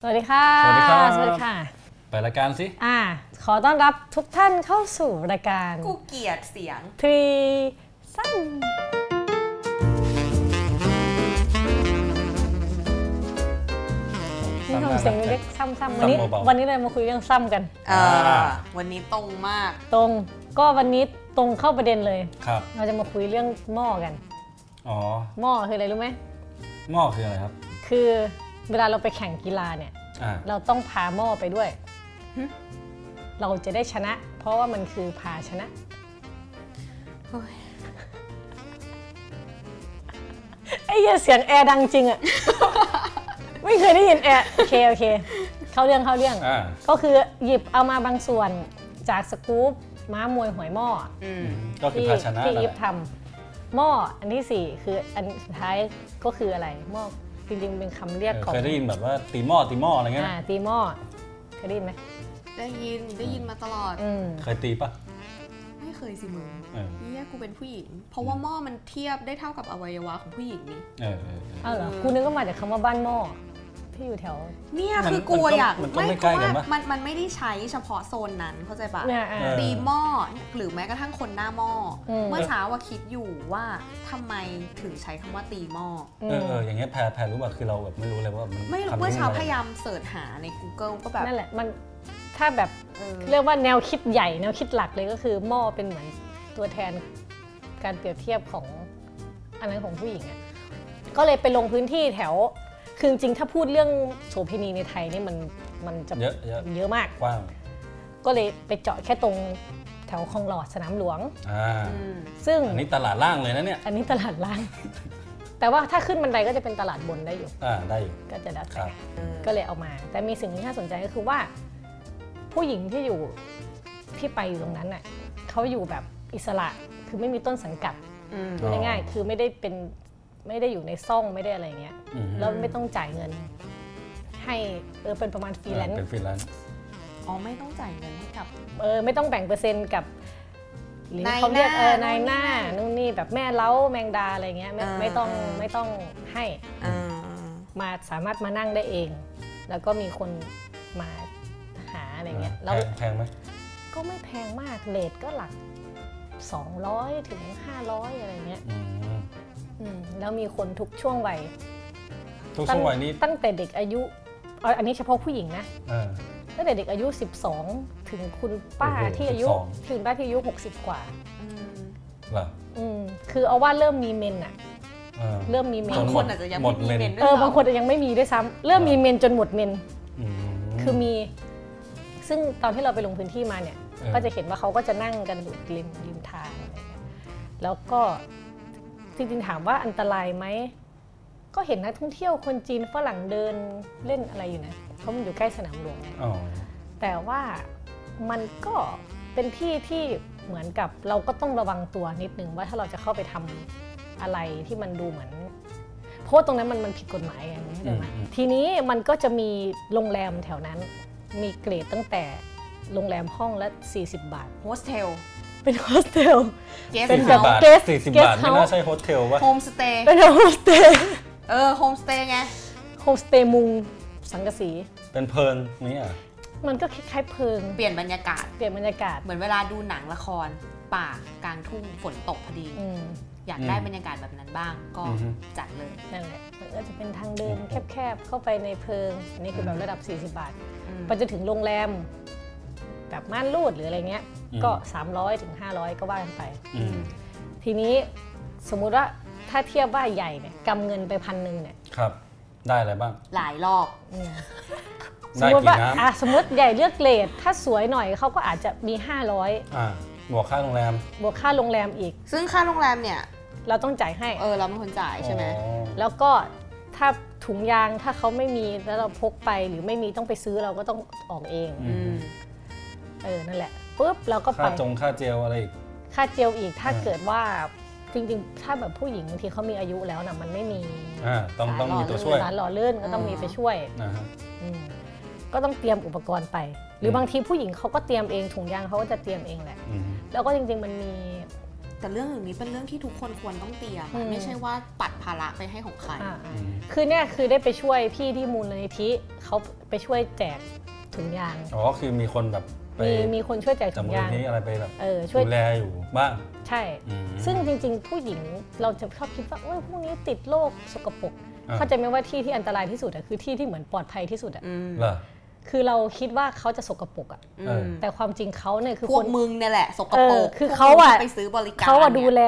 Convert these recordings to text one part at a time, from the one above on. สวัสดีค่ะ สวัสดีครับ สวัสดีค่ะ เปิดรายการสิ อ่า ขอต้อนรับทุกท่านเข้าสู่รายการ กูเกลียดเสียง พรีซันนี่ทำเสียงเล็กซ้ำๆวันนี้ ซ้ำเบาๆ วันนี้เรามาคุยเรื่องซ้ำกัน เออ อ่า อวันนี้ตรงมาก ตรงก็วันนี้ตรงเข้าประเด็นเลย ครับ เราจะมาคุยเรื่องหม้อกัน อ๋อ หม้อคืออะไรรู้ไหม หม้อคืออะไรครับ คือเวลาเราไปแข่งกีฬาเนี่ย อ่า เราต้องพาหม้อไปด้วย หึ เราจะได้ชนะ เพราะว่ามันคือพาชนะ เฮ้ย ไอ้เหี้ยเสียงแอร์ดังจริง อะ ไม่เคยได้ยินแอร์โอเคโอเค เข้าเรื่องเข้าเรื่อง อ่า ก็คือหยิบเอามาบางส่วนจากสกู๊ปม้ามวยหวยหม้อ อืม ก็คือ ที่ ภาชนะ ที่ นั่น ยิ แห บ ละ ทำหม้ออันที่ 4 คืออันสุดท้ายก็คืออะไรหม้อจริงๆเป็นคำเรียก เออ ของ เคยได้ยินแบบว่าตีหม้อตีหม้ออะไรเงี้ย อ่าตีหม้อเคยได้ยินไหม ได้ยินได้ยินมาตลอด อืม เคยตีปะ ไม่เคยสิมึง เออ เนี่ยกูเป็นผู้หญิง เพราะว่าหม้อมันเทียบได้เท่ากับอวัยวะของผู้หญิงนี่ เออเออเออ อ้าวเหรอกูนึกว่ามาจากคำว่าบ้านหม้อที่อยู่แถว เนี่ย มัน คือกู มันก็ อยาก มันก็ ไม่ ไม่ เพ ใกล้ ราะ กัน ว่า ปะ มันมันไม่ได้ใช้เฉพาะโซนนั้นเข้าใจปะ เนี่ยอ่า เออ ตีหม้อหรือแม้กระทั่งคนหน้าหม้ออ ม เมื่อเช้าว่าคิดอยู่ว่าทำไมถึงใช้คำว่าตีหม้อ อื เออ ม เอออย่างเงี้ยแพรแพรรู้ป่ะคือเราแบบไม่รู้เลยว่ามัน ไม่รู้ คำนี้ เมื่อเช้า ะไร พยายามเสิร์ชหาใน Google ก็แบบ นั่นแหละมันถ้าแบบ เออ เรียกว่าแนวคิดใหญ่แนวคิดหลักเลยก็คือหม้อเป็นเหมือนตัวแทนการเปรียบเทียบของอันนั้นของผู้หญิงอะก็เลยไปลงพื้นที่แถว คือจริงๆถ้าพูดเรื่องโสเภณีในไทยนี่มันมันจะ เยอะเยอะ เยอะมาก กว้าง ก็เลยไปเจาะแค่ตรงแถวคลองหลอดสนามหลวง อ่า อืม ซึ่ง อันนี้ตลาดล่างเลยนะเนี่ย อันนี้ตลาดล่าง แต่ว่าถ้าขึ้นบันไดก็จะเป็นตลาดบนได้อยู่ อ่า ได้อยู่ ก็จะแล้ว ครั แต่ บ เออ ก็เลยเอามา แต่มีสิ่งที่น่าสนใจก็คือว่า ผู้หญิงที่อยู่ที่ไปอยู่ตรงนั้นน่ะเขาอยู่แบบอิสระคือไม่มีต้นสังกัด อืม อ๋อ ง่ายๆคือไม่ได้เป็นไม่ได้อยู่ในซ่องไม่ได้อะไรเงี้ย อือฮึ แล้วไม่ต้องจ่ายเงิน ให้เออเป็นประมาณฟรีแลนซ์ เป็นฟรีแลนซ์ อ๋อ ไม่ต้องจ่ายเงินให้กับ เออไม่ต้องแบ่งเปอร์เซ็นต์กับหรือน าย เขาเรียก หน้า เออนายหน้า นู่นนี่นั่น นู่นนี่แบบแม่เล้าแมงดาอะไรเงี้ยไม่ อ่า ไม่ต้อง อ่า ไม่ต้องให้มาสามารถมานั่งได้เอง แล้วก็มีคนมาหาอะไรเงี้ยแล้ว แพงแพงไหม ก็ไม่แพงมาก เลทก็หลัก 200 ถึง 500 อะไรเงี้ย อืม อืมแล้วมีคนทุกช่วงวัย ทุกช่วงวัยนี้ ตั้ตั้งแต่เด็กอายุเอาอันนี้เฉพาะผู้หญิงนะ เออ ตั้งแต่เด็กอายุ 12 ถึงคุณป้า โอ้โห ที่อายุ 12 ถึงป้าที่อายุ 60 กว่า เหรอ อืมคือเอาว่าเริ่มมีเมนอะ เออ เริ่มมีเมน บางคนอาจจะยัง หมด ไม่มี เลน เมนด้ว เอย อ ซ้ำ บางคนยังไม่มีด้วยซ้ำเริ่มมีเมนจนหมดเมน ม คือมี ซึ่งตอนที่เราไปลงพื้นที่มาเนี่ย เออ ก็จะเห็นว่าเขาก็จะนั่งกันอยู่ริมริมทางอะไรเงี้ยแล้วก็จริงๆถามว่าอันตรายไหม ก็เห็นนักท่องเที่ยวคนจีนฝรั่งเดินเล่นอะไรอยู่นะ เพราะมันอยู่ใกล้สนามหลวงไง อ๋อ แต่ว่ามันก็เป็นที่ที่เหมือนกับเราก็ต้องระวังตัวนิดนึงว่าถ้าเราจะเข้าไปทำอะไรที่มันดูเหมือน เพราะว่าตรงนั้นมันมันผิดกฎหมายไงไม่ใช่ไหม อืมอืม ทีนี้มันก็จะมีโรงแรมแถวนั้น มีเกรดตั้งแต่โรงแรมห้องละ 40 บาท โฮสเทล เป็นโฮสเทล เกส สี่ เป็น สิบ แบบ เฮา บาท guest- สี่สิบ guest บาท ไม่ house น่าใช่โฮสเทลวะ โฮมสเตย์ เป็นโฮสเทล เออ โฮมสเตย์ไง โฮมสเตย์มุงสังกะสี เป็นเพลิงนี่อ่ะ มันก็คล้ายๆเพิง เปลี่ยนบรรยากาศ เปลี่ยนบรรยากาศ เหมือนเวลาดูหนังละคร ป่ากลางทุ่งฝนตกพอดี อืม อยากได้ อืม บรรยากาศแบบนั้นบ้าง ก็ อือฮึ จัดเลย นั่นแหละ มันก็จะเป็นทางเดินแคบๆ เข้าไปในเพิง อันนี้คือแบบระดับ 40 บาท อืม ไปจนถึงโรงแรม แบบม่านรูดหรืออะไรเงี้ย อืม ก็ 300ถึง500 ก็ว่ากันไป อืม ทีนี้สมมุติว่าถ้าเทียบว่าใหญ่เนี่ยกำเงินไปพันหนึ่งเนี่ย ครับ ได้อะไรบ้าง หลายรอบ อืมสม ได้ มติ กี่ ว่า น้ อ่ะสมมติใหญ่เลือกเกรด ถ้าสวยหน่อยเขาก็อาจจะมี ำอ่าบวกค่าโรงแรม 500 บวกค่าโรงแรมอีก ซึ่งค่าโรงแรมเนี่ย เราต้องจ่ายให้ เออ เราเป็นคนจ่ายใช่ไหม อ๋อ แล้วก็ถ้าถุงยางถ้าเขาไม่มีแล้วเราพกไปหรือไม่มีต้องไปซื้อเราก็ต้องออกเอง อื อื ม ม เออนั่นแหละปุ๊บเราก็ไป ค่าจงค่าเจลอะไรอีก ค่าเจลอีกถ้า อ่า เกิดว่าจริงๆ ถ้าแบบผู้หญิงบางทีเขามีอายุแล้วนะมันไม่มี อ่าต้อง สาร ต้อง หล่อ มีตัวช่วย สารหล่อเลื่อนก็ต้องมีไปช่วย นะฮะ อืมก็ต้องเตรียมอุปกรณ์ไป หรืออ ม บางทีผู้หญิงเขาก็เตรียมเองถุงยางเขาก็จะเตรียมเองแหละ อืม แล้วก็จริงๆมันมี แต่เรื่องอย่างนี้เป็นเรื่องที่ทุกคนควรต้องเตรียม อื อะ ม ไม่ใช่ว่าปัดภาระไปให้ของใคร อ่า อืม คือเนี่ยคือได้ไปช่วยพี่ที่มูลนิธิเขา ไปช่วยแจกถุงยาง อ๋อคือมีคนแบบไป มีมีคนช่วยแจก จับ ถุง มูล ยาง นี้อะไรไปแบบ เออช่วย ดูแลอยู่บ้าง ใช่ อืม ซึ่งจริงๆ ผู้หญิงเราจะชอบคิดว่าโอ้ยพวกนี้ติดโรคสกปรก อ่า เข้าใจไหมว่าที่ที่อันตรายที่สุดอะคือที่ที่เหมือนปลอดภัยที่สุดอะ อืม เหรอ คือเราคิดว่าเขาจะสกปรกอะ อืม เออ แต่ความจริงเขาเนี่ยคือ พว ค ก น มึงเนี่ยแหละ สกป เอ ร อก คือ พวก เขาอะ มึงไปซื้อบริการ เขาอะดู นี่ย แล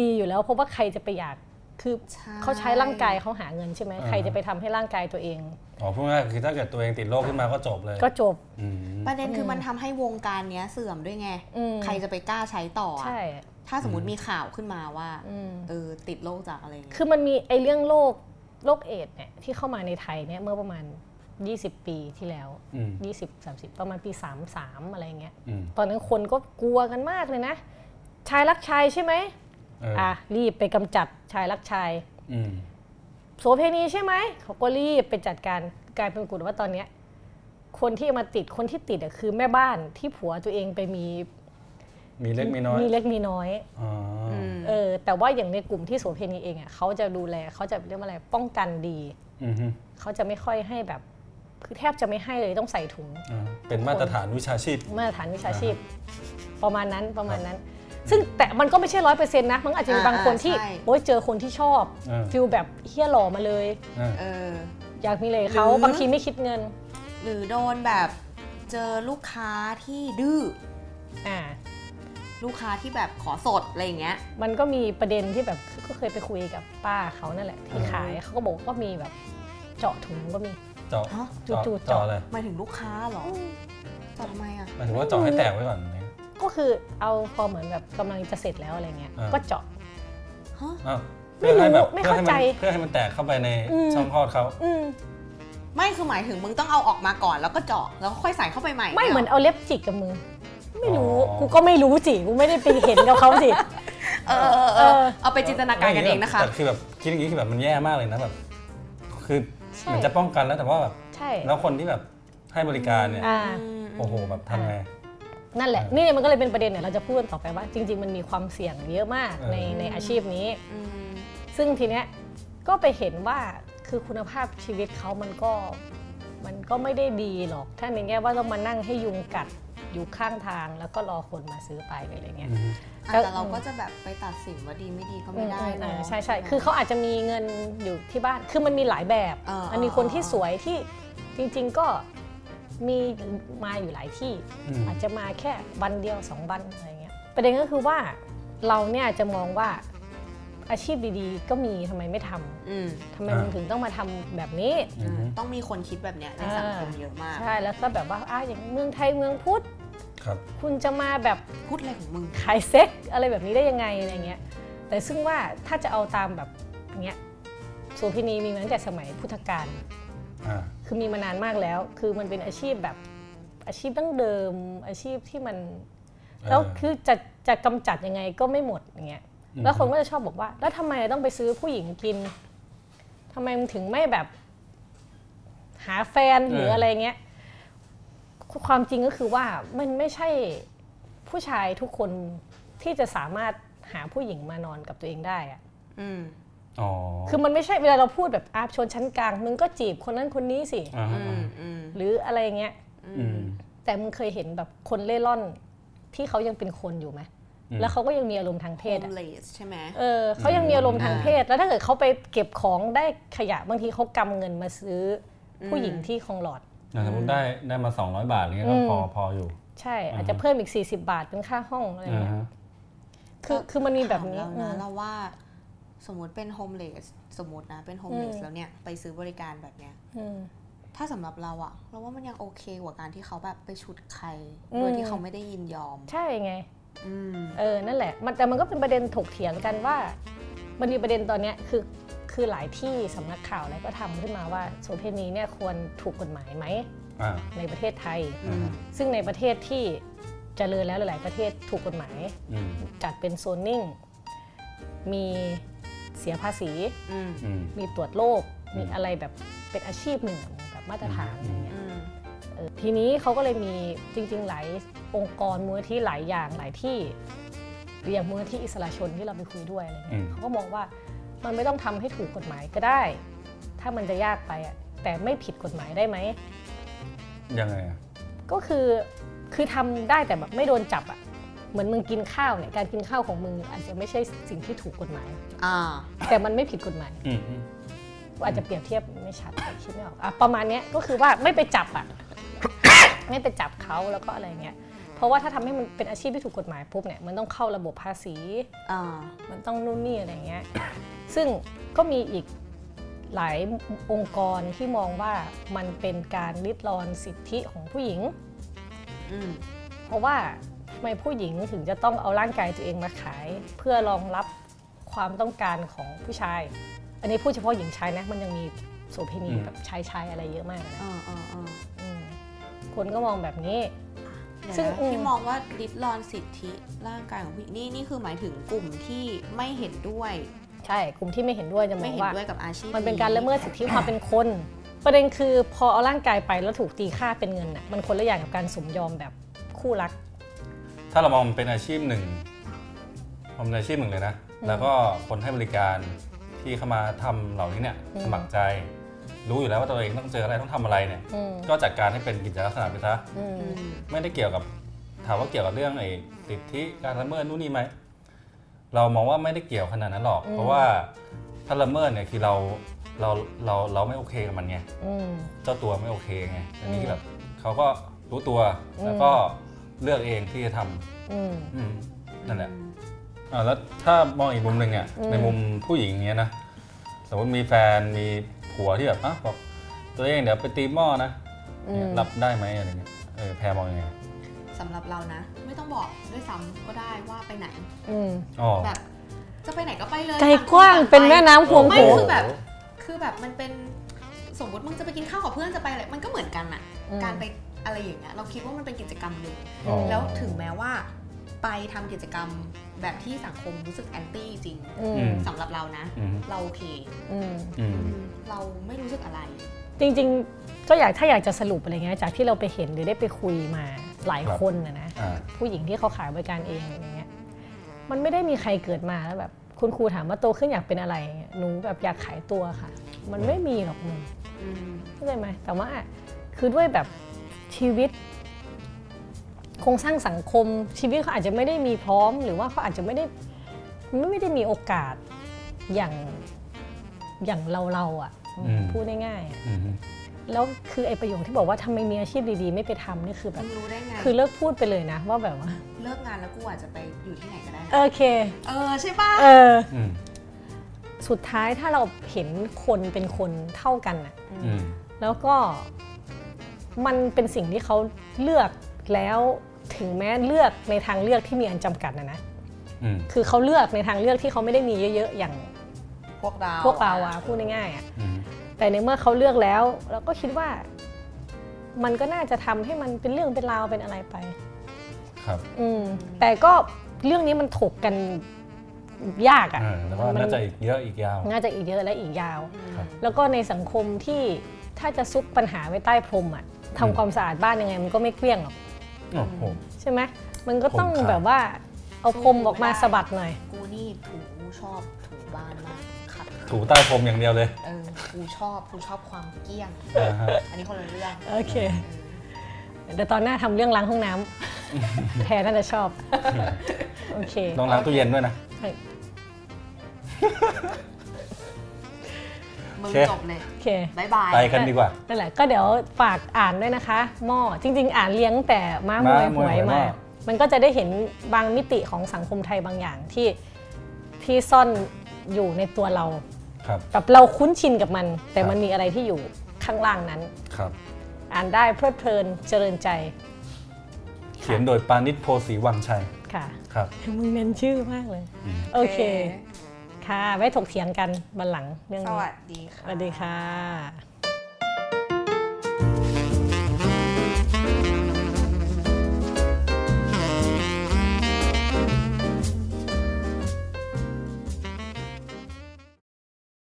ดีอยู่แล้ว เพราะว่าใครจะไปอยากคือ ใช่ เขาใช้ร่างกายเขาหาเงินใช่ไหม อ่า ใครจะไปทำให้ร่างกายตัวเอง อ๋อพูดง่ายๆคือถ้าเกิดตัวเองติดโรคขึ้นมาก็จบเลย ก็จบ อืม ประเด็นคือมันทำให้วงการเนี้ยเสื่อมด้วยไง อืม ใครจะไปกล้าใช้ต่ออะ ใช่ ถ้าสมมติ อืม มีข่าวขึ้นมาว่า อืม เออติดโรคจากอะไรเงี้ย คือมันมีไอ้เรื่องโรคโรคเอดส์เนี่ยที่เข้ามาในไทยเนี่ยเมื่อประมาณ 20 ปีที่แล้ว อืม 20 30 ประมาณปี 33 อะไรเงี้ย อืม ตอนนั้นคนก็กลัวกันมากเลยนะ ชายรักชายใช่ไหม เอออ อ่ะรีบไปกำจัดชายรักชาย อืม โสเพณีใช่ไหมเขาก็รีบไปจัดการกลายเป็นกุฏว่าตอนเนี้ยคนที่มาติดคนที่ติดอะคือแม่บ้านที่ผัวตัวเองไปมี มีเล็กมีน้อย มีเล็กมีน้อย อ๋ออ ม เออแต่ว่าอย่างในกลุ่มที่โสเพณีเองอะเขาจะดูแลเขาจะเรียกว่าอะไรป้องกันดี อืมฮึ เขาจะไม่ค่อยให้แบบคือแทบจะไม่ให้เลยต้องใส่ถุง อ่าเป็นมาตรฐานวิชาชีพ มาตรฐานวิชาชีพ ประมาณนั้นประมาณนั้น ซึ่งแต่มันก็ไม่ใช่ร้อยเปอร์เซ็นต์นะ มันอาจจะมี อ่า บางคนที่ ใช่ โอ้ยเจอคนที่ชอบ เออ ฟิลแบบเฮี้ยหล่อมาเลย อ่า เออ อยากมีเลยเขา หรือ บางทีไม่คิดเงิน หรือโดนแบบเจอลูกค้าที่ดื้อ อ่า ลูกค้าที่แบบขอสดอะไรอย่างเงี้ย มันก็มีประเด็นที่แบบก็เคยไปคุยกับป้าเขานั่นแหละที่ อ่า ขายเขาก็บอกว่ามีแบบเจาะถุงก็มี เจาะ ฮะ เจาะ จู่ๆ เจาะ เจาะ อะไร หมายถึงลูกค้าเหรอจอดทำไมอ่ะ หมายถึงว่าเจาะให้แตกไว้ก่อนเนี่ย ก็คือเอาพอเหมือนแบบกำลังจะเสร็จแล้วอะไรเงี้ย อ่า ก็เจาะ ฮะ อ้าว ไม่ เพื่อให้แบบ รู้ไม่ เพื่อให้ เข้า มั ใจ นเพื่อให้มันแตกเข้าไปใน อืม ช่องคลอดเขา อืม ไม่คือหมายถึงมึงต้องเอาออกมาก่อนแล้วก็เจาะแล้วค่อยใส่เข้าไปใหม่ ไม่เหมือน ย เอาเล็บจิกกับมือไม่รู้ อ๋อ กูก็ไม่รู้สิกูไม่ได้ไปเห็นกับเขาสิ เออเออเออ เออ เอาไปจินตนาการกันเองนะคะ แต่คือแบบคิดอย่างนี้คือแบบมันแย่มากเลยนะแบบคือ ใช่ เหมือนจะป้องกันแล้วแต่ว่าแบบ ใช่ แล้วคนที่แบบให้บริการเนี่ย อ่า โอ้โหแบบทำไง นั่นแหละ อ่านี่ นี่มันก็เลยเป็นประเด็นเนี่ยวเราจะพูดกันต่อไปว่า จริง ๆ มันมีความเสี่ยงเยอะมาก เออ ในในอาชีพนี้ อืม ซึ่งทีเนี้ยก็ไปเห็นว่าคือคุณภาพชีวิตเขามันก็มันก็ไม่ได้ดีหรอก ถ้าในแง่ว่าต้องมานั่งให้ยุงกัดอยู่ข้างทางแล้วก็รอคนมาซื้อไปอะไรเงี้ย อืม อ่ะ แต่ แต่เราก็จะแบบไปตัดสินว่าดีไม่ดีก็ไม่ได้ เอ เนาะ อใช่ใช่คือเขาอาจจะมีเงินอยู่ที่บ้าน คือมันมีหลายแบบ อ่ามั มันมีคนที่สวยที่จริง ๆก็มีมาอยู่หลายที่ อืม อาจจะมาแค่วันเดียวสองวันอะไรเงี้ยประเด็นก็คือว่าเราเนี่ยจะมองว่าอาชีพดีๆ ก็มีทำไมไม่ทำ อืม ทำไมมันถึงต้องมาทำแบบนี้ อืม ต้องมีคนคิดแบบเนี้ยในสังคมเยอะมาก ใช่แล้วก็แบบว่าอ่ะอย่างเมืองไทยเมืองพุทธ ครับ คุณจะมาแบบ พูดอะไรของมึง ขายเซ็กอะไรแบบนี้ได้ยังไงอะไรเงี้ยแต่ซึ่งว่าถ้าจะเอาตามแบบเนี้ยโสูพินีมีมาตั้งแต่สมัยพุทธกาล อ่า คือมีมานานมากแล้ว คือมันเป็นอาชีพแบบอาชีพดั้งเดิม อาชีพที่มัน ออ แล้วคือจะจะกำจัดยังไงก็ไม่หมดอย่างเงี้ย อืม แล้วคนก็จะชอบบอกว่า แล้วทำไมต้องไปซื้อผู้หญิงกินทำไมมึงถึงไม่แบบ หาแฟนหรืออะไรเงี้ย ความจริงก็คือว่ามันไม่ใช่ผู้ชายทุกคนที่จะสามารถหาผู้หญิงมานอนกับตัวเองได้อะ อืม อ๋อ คือมันไม่ใช่เวลาเราพูดแบบอาชนชั้นกลางมึงก็จีบคนนั้นคนนี้สิ อ่า อืมอืม หรืออะไรเงี้ย อืม แต่มึงเคยเห็นแบบคนเล่ร่อนที่เขายังเป็นคนอยู่ไหม อืม แล้วเขาก็ยังมีอารมณ์ทางเพศอะ homeless ใช่ไหม เออเขายังมีอารมณ์ทางเพศ แล้วถ้าเกิดเขาไปเก็บของได้ขยะบางทีเขากำเงินมาซื้ออผู้หญิงที่คลองหลอด อย่างสมมติได้ได้มา 200 บาทอะไรเงี้ยก็พอพออยู่ ใช่ อาจจะเพิ่มอีก 40 บาทเป็นค่าห้องอะไร อ่า เงี้ย ฮะ คือคือมันมีแบบนี้ ถาเรา อืมนะเราว่าสมมติเป็นโฮมเลสสมมตินะเป็นโฮมเล อื ส ม แล้วเนี่ยไปซื้อบริการแบบเนี้ย อืม ถ้าสำหรับเราอะเราว่ามันยังโอเคกว่าการที่เขาแบบไปฉุดใครโดย อืม ที่เขาไม่ได้ยินยอม ใช่ไง อืม เออ นั่นแหละ มันแต่มันก็เป็นประเด็นถกเถียงกันว่า มันมีประเด็นตอนเนี้ยคือคือหลายที่สำนักข่าวอะไรก็ทำขึ้นมาว่าโสเภณีเนี่ยควรถูกกฎหมายไหม อ่า ในประเทศไทย อ่าฮะ ซึ่งในประเทศที่เจริญแล้วหลาย ๆ ประเทศถูกกฎหมาย อืม จัดเป็นโซนนิ่ง มีเสียภาษี อืม อืม มีตรวจโรค อืม มีอะไรแบบเป็นอาชีพหนึ่งอะแบบมาตรฐานอะไรเงี้ย อืม เออทีนี้เขาก็เลยมีจริง ๆ หลายองค์กรมูลที่หลายอย่างหลายที่หรืออย่างมูลที่อิสระชนที่เราไปคุยด้วยอะไรเงี้ยเขาก็มองว่ามันไม่ต้องทำให้ถูกกฎหมายก็ได้ ถ้ามันจะยากไปอะแต่ไม่ผิดกฎหมายได้ไหม ยังไงอะ ก็คือคือทำได้แต่แบบไม่โดนจับอะ่ะเหมือนมึงกินข้าวเนี่ยการกินข้าวของมึงอาจจะไม่ใช่สิ่งที่ถูกกฎหมาย อ่า แต่มันไม่ผิดกฎหมาย อืมอืม กูอาจจะเปรียบเทียบไม่ชัดคิดไม่ออกอ่ะประมาณเนี้ยก็คือว่าไม่ไปจับอะ่ะ ไม่ไปจับเขาแล้วก็อะไรเงี้ยเพราะว่าถ้าทำให้มันเป็นอาชีพที่ถูกกฎหมายปุ๊บเนี่ยมันต้องเข้าระบบภาษี อ่า มันต้องนู่นนี่อะไรเงี้ย ซึ่งก็มีอีกหลายองค์กรที่มองว่ามันเป็นการลิดรอนสิทธิของผู้หญิง อืม เพราะว่าทำไมผู้หญิงถึงจะต้องเอาร่างกายตัวเองมาขาย เพื่อรองรับความต้องการของผู้ชาย อันนี้พูดเฉพาะหญิงชายนะ มันยังมีโสเภณีแบบชายชายๆอะไรเยอะมากนะ อ่าอ่าอ่า อืมคนก็มองแบบนี้ เดี๋ยวนะ ซึ่งอืม ที่มองว่าริดรอนสิทธิร่างกายของผู้หญิงนี่นี่คือหมายถึงกลุ่มที่ไม่เห็นด้วย ใช่กลุ่มที่ไม่เห็นด้วยจะม ไม่ อง เห็น ว่า ด้วยกับอาชีพ มันเป็นการละเมิดสิทธิความเป็นคน ประเด็นคือพอเอาร่างกายไปแล้วถูกตีค่าเป็นเงินน่ะมันคนละอย่างกับการสมยอมแบบคู่รัก ถ้าเรามองมันเป็นอาชีพหนึ่งมองเป็นอาชีพหนึ่งเลยนะ อืม แล้วก็คนให้บริการที่เข้ามาทำเหล่านี้เนี่ย อืม สมัครใจ รู้อยู่แล้วว่าตัวเองต้องเจออะไรต้องทำอะไรเนี่ย อืม ก็จัดการให้เป็นกิจลักษณะไปซะ อืม อืม ไม่ได้เกี่ยวกับถามว่าเกี่ยวกับเรื่องไอ้สิทธิการละเมิดนู่นนี่ไหมเรามองว่าไม่ได้เกี่ยวขนาดนั้นหรอก เพราะว่าถ้าละเมิดเนี่ยคือเราเราเราเราไม่โอเคกับมันไง อืม เจ้าตัวไม่โอเคไงอันนี้ อืม แบบเขาก็รู้ตัว อืม แล้วก็เลือกเองที่จะทำ อืม อืมนั่นแหละอ่าแล้วถ้ามองอีกมุมหนึ่งอ่ะ อืม ในมุมผู้หญิงอย่างเงี้ยนะสมมติมีแฟนมีผัวที่แบบอ่ะบอกตัวเองเดี๋ยวไปตีหม้อนะ อื เนี่ย ม รับได้ไหมอะไรเงี้ยเออแพรมองยังไง สำหรับเรานะ ไม่ต้องบอกด้วยซ้ำก็ได้ว่าไปไหน อืม อ๋อ แบบ จะไปไหนก็ไปเลย ใจกว้างเป็นแม่น้ำห่วง ไม่ โขง คือแบบ คือแบบมันเป็นสมมติมึงจะไปกินข้าวกับเพื่อนจะไปอะไรมันก็เหมือนกันอะ อืม การไปอะไรอย่างเงี้ยเราคิดว่ามันเป็นกิจกรรมหนึ่ง อ๋อ แล้วถึงแม้ว่าไปทำกิจกรรมแบบที่สังคมรู้สึกแอนตี้จริง อืม ม สำหรับเรานะ อืม เราโอเค อืม อืม เราไม่รู้สึกอะไร จริงๆ ก็อยากถ้าอยากจะสรุปอะไรเงี้ยจากที่เราไปเห็นหรือได้ไปคุยมาหลาย ครับ คนนะนะ อ่า ผู้หญิงที่เขาขายบริการเองอย่างเงี้ย มันไม่ได้มีใครเกิดมาแล้วแบบ คุณครูถามว่าโตขึ้นอยากเป็นอะไรเงี้ยหนูแบบอยากขายตัวค่ะ มันไม่มีหรอกมึง อืม เข้าใจไหมแต่ว่าคือด้วยแบบชีวิต โครงสร้างสังคมชีวิตเขาอาจจะไม่ได้มีพร้อม หรือว่าเขาอาจจะไม่ได้ไม่ไม่ได้มีโอกาสอย่างอย่างเราเราๆอ่ะ อืม พูดง่ายๆอะ อืม แล้วคือไอ้ประโยคที่บอกว่าทำไมมีอาชีพดีๆ ไม่ไปทำนี่คือแบ มึ บ งรู้ได้ไง คือเลิกพูดไปเลยนะ ว่าแบบว่า เลิกงานแล้วกูอาจจะไปอยู่ที่ไหนก็ได้นะ โอเค เออ ใช่ป่ะ เออ อืม สุดท้ายถ้าเราเห็นคนเป็นคนเท่ากันอ่ะ อืม แล้วก็มันเป็นสิ่งที่เขาเลือกแล้วถึงแม้เลือกในทางเลือกที่มีอันจำกัดนะนะ อืม คือเขาเลือกในทางเลือกที่เขาไม่ได้มีเยอะๆ อย่าง พวกเรา พวกเราอะพูดง่ายๆอะ อืม แต่ในเมื่อเขาเลือกแล้วเราก็คิดว่า มันก็น่าจะทำให้มันเป็นเรื่องเป็นราวเป็นอะไรไป ครับ อืมแต่ก็เรื่องนี้มันถกกันยากอะ อ่าแล้วก็น่าจะอีกเยอะอีกยาว น่าจะอีกเยอะและอีกยาว อืม ครับ แล้วก็ในสังคมที่ถ้าจะซุกปัญหาไว้ใต้พรมอะ อืม ทำความสะอาดบ้านยังไงมันก็ไม่เกลี้ยงหรอก โอ้โห ใช่ไหมมันก็ต้อง ผมขาด แบบว่าเอาคมออกมาสะบัดหน่อย กูนี่ถูชอบถูบ้านมากค่ะ ถูใต้พรมอย่างเดียวเลย เออ กูชอบ กูชอบความเกลี้ยง อ่าฮะ อันนี้คนละเรื่อง โอเค เออ เดี๋ยวตอนหน้าทำเรื่องล้างห้องน้ำ แพรน่าจะชอบ โอเค ต้องล้างตู้เย็นด้วยนะ มึโองเค จบเลย โอเค บายบาย ไปกันดีกว่า นั่นแหละ ก็เดี๋ยวฝากอ่านด้วยนะคะหม้อจริง ๆ อ่านเลี้ยงแต่ม้ามวย ม้าม หวยวยหวยหม้ มา อ มันก็จะได้เห็นบางมิติของสังคมไทยบางอย่างที่ที่ซ่อนอยู่ในตัวเรา ครับ กับเราคุ้นชินกับมัน แต่ ครับ มันมีอะไรที่อยู่ข้างล่างนั้น ครับ อ่านได้เพลิดเพลินเจริญใจ เขียนโดยปานิชโพสีวังชัย ค่ะ ครับ มึงเน้นชื่อมากเลย อืม โอเค ค่ะ ไว้ถกเถียงกันวันหลังเรื่อง ส นี้ วัสดี ส ค่ะ วัสดีค่ะ